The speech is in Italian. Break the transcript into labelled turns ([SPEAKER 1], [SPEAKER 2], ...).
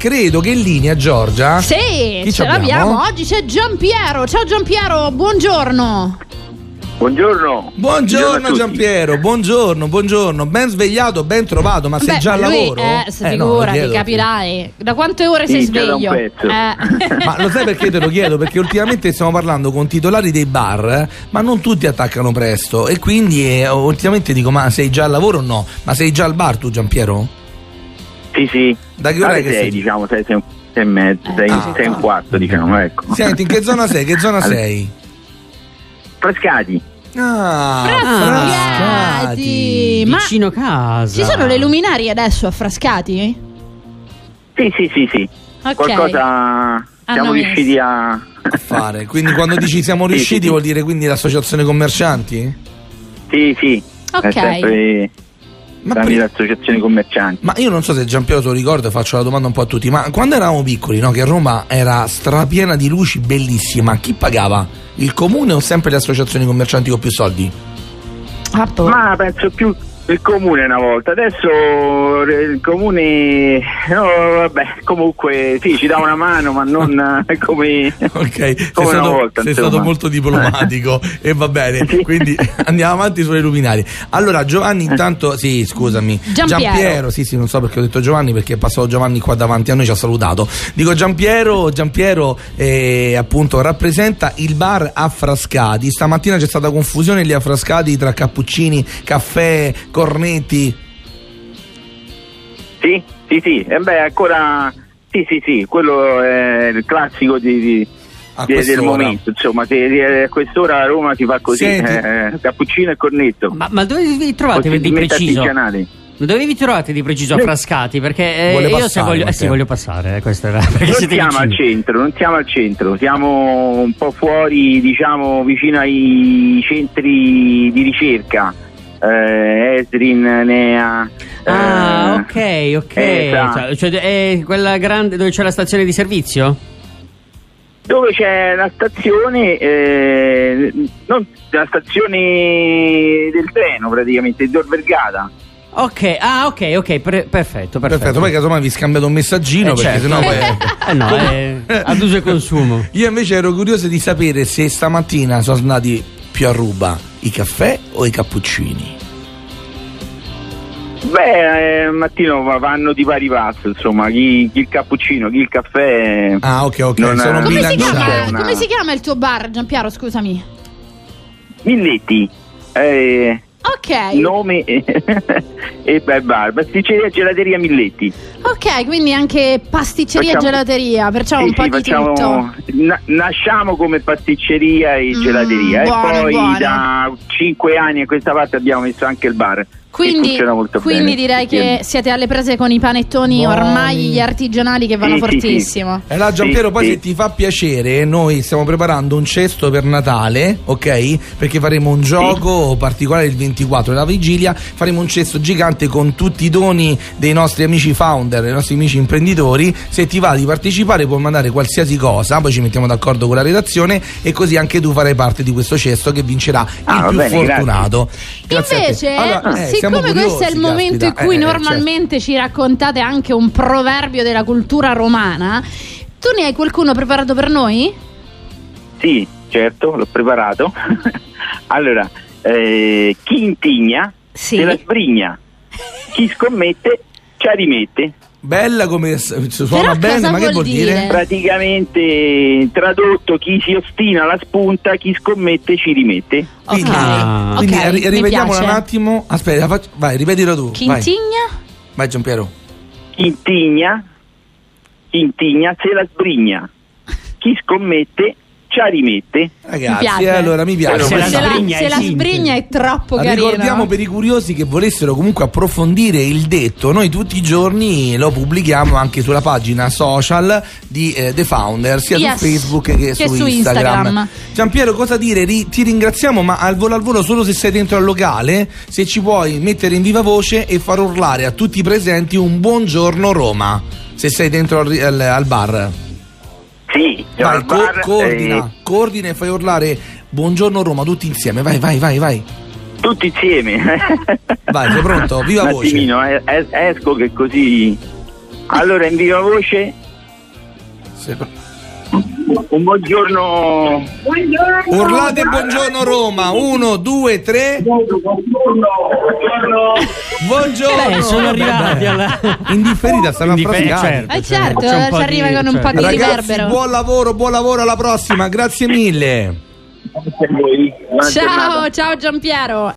[SPEAKER 1] credo che in linea Giorgia.
[SPEAKER 2] Sì,
[SPEAKER 1] Ah, Chi
[SPEAKER 2] ce
[SPEAKER 1] c'abbiamo?
[SPEAKER 2] l'abbiamo. Oggi c'è Giampiero. Ciao Giampiero, buongiorno.
[SPEAKER 3] Buongiorno.
[SPEAKER 1] Buongiorno
[SPEAKER 3] a tutti.
[SPEAKER 1] Giampiero, buongiorno, buongiorno, ben svegliato, ben trovato, ma sei
[SPEAKER 2] Beh,
[SPEAKER 1] già al
[SPEAKER 2] lui,
[SPEAKER 1] lavoro?
[SPEAKER 2] Eh, si
[SPEAKER 1] Eh, no, lo
[SPEAKER 2] figurati,
[SPEAKER 1] chiedo.
[SPEAKER 2] capirai. Da quante ore sei
[SPEAKER 3] Sì, già da un
[SPEAKER 2] sveglio?
[SPEAKER 3] pezzo.
[SPEAKER 2] Eh.
[SPEAKER 1] Ma lo sai perché te lo chiedo? Perché ultimamente stiamo parlando con titolari dei bar, eh, ma non tutti attaccano presto e quindi eh, ultimamente dico ma sei già al lavoro o no? Ma sei già al bar tu Giampiero?
[SPEAKER 3] Sì, sì.
[SPEAKER 1] Da che ora
[SPEAKER 3] Alle
[SPEAKER 1] che
[SPEAKER 3] sei,
[SPEAKER 1] sei?
[SPEAKER 3] diciamo, sei, sei, sei e mezzo, sei,
[SPEAKER 2] Ah.
[SPEAKER 3] sei e un quarto, diciamo, ecco.
[SPEAKER 1] Senti, in che zona sei? Che zona
[SPEAKER 3] Alle-
[SPEAKER 1] sei?
[SPEAKER 3] Frascati.
[SPEAKER 1] Ah,
[SPEAKER 2] Frascati.
[SPEAKER 1] Frascati.
[SPEAKER 2] Eh, Ma-
[SPEAKER 4] vicino casa.
[SPEAKER 2] Ci sono le luminarie adesso a Frascati?
[SPEAKER 3] Sì, sì, sì, sì.
[SPEAKER 2] Ok.
[SPEAKER 3] Qualcosa
[SPEAKER 2] messo.
[SPEAKER 3] siamo riusciti a...
[SPEAKER 1] A fare. Quindi quando dici siamo
[SPEAKER 3] Sì, sì,
[SPEAKER 1] riusciti
[SPEAKER 3] sì.
[SPEAKER 1] vuol dire quindi l'associazione commercianti?
[SPEAKER 3] Sì, sì.
[SPEAKER 2] Ok.
[SPEAKER 3] È sempre
[SPEAKER 1] Ma
[SPEAKER 3] tramite
[SPEAKER 1] pri-
[SPEAKER 3] le associazioni commercianti.
[SPEAKER 1] Ma io non so se Giampiero te lo ricorda, faccio la domanda un po' a tutti, ma quando eravamo piccoli, no, che Roma era strapiena di luci bellissima, chi pagava? Il comune o sempre le associazioni commercianti con più soldi?
[SPEAKER 2] Ah,
[SPEAKER 1] Esatto.
[SPEAKER 2] boh.
[SPEAKER 3] Ma penso più il comune una volta, adesso eh, il comune, no, vabbè, comunque sì, ci dà una mano, ma non eh, come,
[SPEAKER 1] Ok, sei
[SPEAKER 3] come una
[SPEAKER 1] stato,
[SPEAKER 3] volta.
[SPEAKER 1] sei
[SPEAKER 3] insomma.
[SPEAKER 1] stato molto diplomatico e va bene,
[SPEAKER 3] Sì. Eh.
[SPEAKER 1] quindi andiamo avanti sulle luminari. Allora Giovanni intanto, sì scusami,
[SPEAKER 2] Giampiero.
[SPEAKER 1] sì sì non so perché ho detto Giovanni perché è passato Giovanni qua davanti a noi ci ha salutato, dico Giampiero, Giampiero eh, appunto rappresenta il bar a Frascati, stamattina c'è stata confusione lì a Frascati tra cappuccini, caffè, cornetti,
[SPEAKER 3] Sì, sì, sì, e beh, ancora sì, sì, sì, quello è il classico di- di-
[SPEAKER 1] A
[SPEAKER 3] di- del
[SPEAKER 1] quest'ora.
[SPEAKER 3] momento, insomma, se se a quest'ora a Roma si fa così,
[SPEAKER 1] Senti.
[SPEAKER 3] eh, cappuccino e cornetto.
[SPEAKER 4] Ma, ma dove vi trovate di
[SPEAKER 3] Possibilmente
[SPEAKER 4] preciso?
[SPEAKER 3] artigianali.
[SPEAKER 4] Dove vi trovate di preciso a
[SPEAKER 3] Noi-
[SPEAKER 4] Frascati? Perché eh,
[SPEAKER 1] Vuole
[SPEAKER 4] io se
[SPEAKER 1] passare,
[SPEAKER 4] voglio, eh,
[SPEAKER 1] Matteo.
[SPEAKER 4] sì, voglio passare, eh, questo era perché
[SPEAKER 3] Non
[SPEAKER 4] siete
[SPEAKER 3] siamo al
[SPEAKER 4] vicini.
[SPEAKER 3] centro, non siamo al centro, siamo un po' fuori, diciamo, vicino ai centri di ricerca. Eh, Esrin, Nea.
[SPEAKER 4] Ah,
[SPEAKER 3] eh,
[SPEAKER 4] ok, ok.
[SPEAKER 3] Esa.
[SPEAKER 4] Cioè- cioè, è quella grande dove c'è la stazione di servizio?
[SPEAKER 3] dove c'è la stazione, eh, non, la stazione del treno praticamente, di Tor Vergata.
[SPEAKER 4] Ok, ah, ok, ok, pre- perfetto, perfetto.
[SPEAKER 1] perfetto, poi casomai vi scambiate un messaggino
[SPEAKER 4] Eh,
[SPEAKER 1] perché
[SPEAKER 4] certo.
[SPEAKER 1] sennò poi...
[SPEAKER 4] Eh, no, è ad uso e consumo.
[SPEAKER 1] Io invece ero curioso di sapere se stamattina sono andati più a ruba i caffè o i cappuccini.
[SPEAKER 3] Beh, eh, Mattino va- vanno di pari passo, insomma, chi, chi il cappuccino, chi il caffè.
[SPEAKER 1] Ah, ok, ok,
[SPEAKER 3] Non è-
[SPEAKER 1] sono
[SPEAKER 3] non
[SPEAKER 2] come, si
[SPEAKER 3] c'è
[SPEAKER 2] chiama,
[SPEAKER 1] bilanciati.
[SPEAKER 3] una-
[SPEAKER 2] come si chiama il tuo bar, Giampiero? Scusami.
[SPEAKER 3] Milletti. Eh,
[SPEAKER 2] Ok,
[SPEAKER 3] nome e, e beh, bar, pasticceria e gelateria Milletti.
[SPEAKER 2] ok, quindi anche pasticceria e
[SPEAKER 3] Facciamo-
[SPEAKER 2] gelateria, perciò
[SPEAKER 3] Sì,
[SPEAKER 2] un po'
[SPEAKER 3] sì,
[SPEAKER 2] di tutto.
[SPEAKER 3] facciamo, na- nasciamo come pasticceria e
[SPEAKER 2] Mm,
[SPEAKER 3] gelateria
[SPEAKER 2] buono,
[SPEAKER 3] e poi
[SPEAKER 2] buono.
[SPEAKER 3] da 5 anni a questa parte abbiamo messo anche il bar. che
[SPEAKER 2] Quindi,
[SPEAKER 3] funziona molto
[SPEAKER 2] quindi
[SPEAKER 3] bene.
[SPEAKER 2] direi
[SPEAKER 3] Sì.
[SPEAKER 2] che siete alle prese con i panettoni
[SPEAKER 1] Buoni.
[SPEAKER 2] ormai gli artigianali che vanno
[SPEAKER 3] Sì, sì, sì.
[SPEAKER 2] fortissimo.
[SPEAKER 1] E Eh, là Giampiero,
[SPEAKER 3] Sì,
[SPEAKER 1] poi
[SPEAKER 3] sì.
[SPEAKER 1] se ti fa piacere, noi stiamo preparando un cesto per Natale, ok? Perché faremo un gioco particolare il 24 la vigilia, faremo un cesto gigante con tutti i doni dei nostri amici founder, dei nostri amici imprenditori. Se ti va di partecipare puoi mandare qualsiasi cosa, poi ci mettiamo d'accordo con la redazione e così anche tu farai parte di questo cesto che vincerà
[SPEAKER 3] Ah,
[SPEAKER 1] il
[SPEAKER 3] va
[SPEAKER 1] più
[SPEAKER 3] bene, grazie.
[SPEAKER 1] fortunato. Grazie a te.
[SPEAKER 2] Invece,
[SPEAKER 1] Allora, eh, siamo
[SPEAKER 2] siccome questo è
[SPEAKER 1] curiosi,
[SPEAKER 2] il momento
[SPEAKER 1] caspita.
[SPEAKER 2] in cui
[SPEAKER 1] Eh, eh, certo.
[SPEAKER 2] normalmente ci raccontate anche un proverbio della cultura romana, tu ne hai qualcuno preparato per noi?
[SPEAKER 3] Sì, certo, l'ho preparato. allora, eh, chi intigna
[SPEAKER 2] Sì.
[SPEAKER 3] se la sbrigna, chi scommette ci rimette.
[SPEAKER 1] Bella come s- suona
[SPEAKER 2] Però
[SPEAKER 1] bene,
[SPEAKER 2] cosa
[SPEAKER 1] ma che
[SPEAKER 2] vuol
[SPEAKER 1] vuol dire?
[SPEAKER 2] dire?
[SPEAKER 3] Praticamente tradotto, chi si ostina alla spunta, chi scommette ci rimette.
[SPEAKER 1] Quindi,
[SPEAKER 4] Ah.
[SPEAKER 2] ok,
[SPEAKER 1] quindi ri-
[SPEAKER 2] mi
[SPEAKER 1] ripetiamola
[SPEAKER 2] piace.
[SPEAKER 1] un attimo. Aspetta, la faccio- vai, ripetilo tu.
[SPEAKER 2] Chi
[SPEAKER 1] vai.
[SPEAKER 2] intigna?
[SPEAKER 1] vai Giampiero.
[SPEAKER 3] Chi intigna, chi intigna se la sbrigna, chi scommette ci rimette.
[SPEAKER 1] Ragazzi,
[SPEAKER 2] piace.
[SPEAKER 1] eh, allora mi piace.
[SPEAKER 4] Se la
[SPEAKER 2] Se la,
[SPEAKER 4] sbrigna
[SPEAKER 2] se
[SPEAKER 4] è
[SPEAKER 2] la
[SPEAKER 4] sintesi.
[SPEAKER 2] sbrigna è troppo carina. eh?
[SPEAKER 1] Ricordiamo per i curiosi che volessero comunque approfondire il detto, noi tutti i giorni lo pubblichiamo anche sulla pagina social di eh, The Founder, sia
[SPEAKER 2] Yes.
[SPEAKER 1] su Facebook che,
[SPEAKER 2] Che
[SPEAKER 1] su,
[SPEAKER 2] su Instagram.
[SPEAKER 1] Giampiero, cosa dire? Ri- ti ringraziamo, ma al volo al volo solo se sei dentro al locale, se ci puoi mettere in viva voce e far urlare a tutti i presenti un buongiorno Roma, se sei dentro al, ri- al- al bar.
[SPEAKER 3] Sì,
[SPEAKER 1] Vai,
[SPEAKER 3] al bar,
[SPEAKER 1] co- coordina, coordina e fai urlare buongiorno Roma tutti insieme, vai, vai, vai, vai.
[SPEAKER 3] eh, tutti insieme.
[SPEAKER 1] Vai, sei pronto? Viva
[SPEAKER 3] Un
[SPEAKER 1] voce.
[SPEAKER 3] attimino, eh, es- esco che così Allora, in viva voce,
[SPEAKER 1] Se-
[SPEAKER 3] un buongiorno. Buongiorno.
[SPEAKER 1] Urlate buongiorno Roma, uno, due, tre,
[SPEAKER 3] Buongiorno. Buongiorno.
[SPEAKER 1] buongiorno!
[SPEAKER 4] Beh, Eh, sono
[SPEAKER 1] Vabbè.
[SPEAKER 4] arrivati alla-
[SPEAKER 1] In differita stanno
[SPEAKER 4] In differita,
[SPEAKER 1] affrasicati.
[SPEAKER 4] certo.
[SPEAKER 2] Eh certo,
[SPEAKER 4] C'è un po'
[SPEAKER 2] ci
[SPEAKER 4] di-
[SPEAKER 2] arriva con un po' di
[SPEAKER 4] certo.
[SPEAKER 1] Ragazzi,
[SPEAKER 2] riverbero.
[SPEAKER 1] buon lavoro, buon lavoro, alla prossima, grazie mille!
[SPEAKER 3] Grazie a voi. Buona giornata.
[SPEAKER 2] Ciao, ciao Giampiero.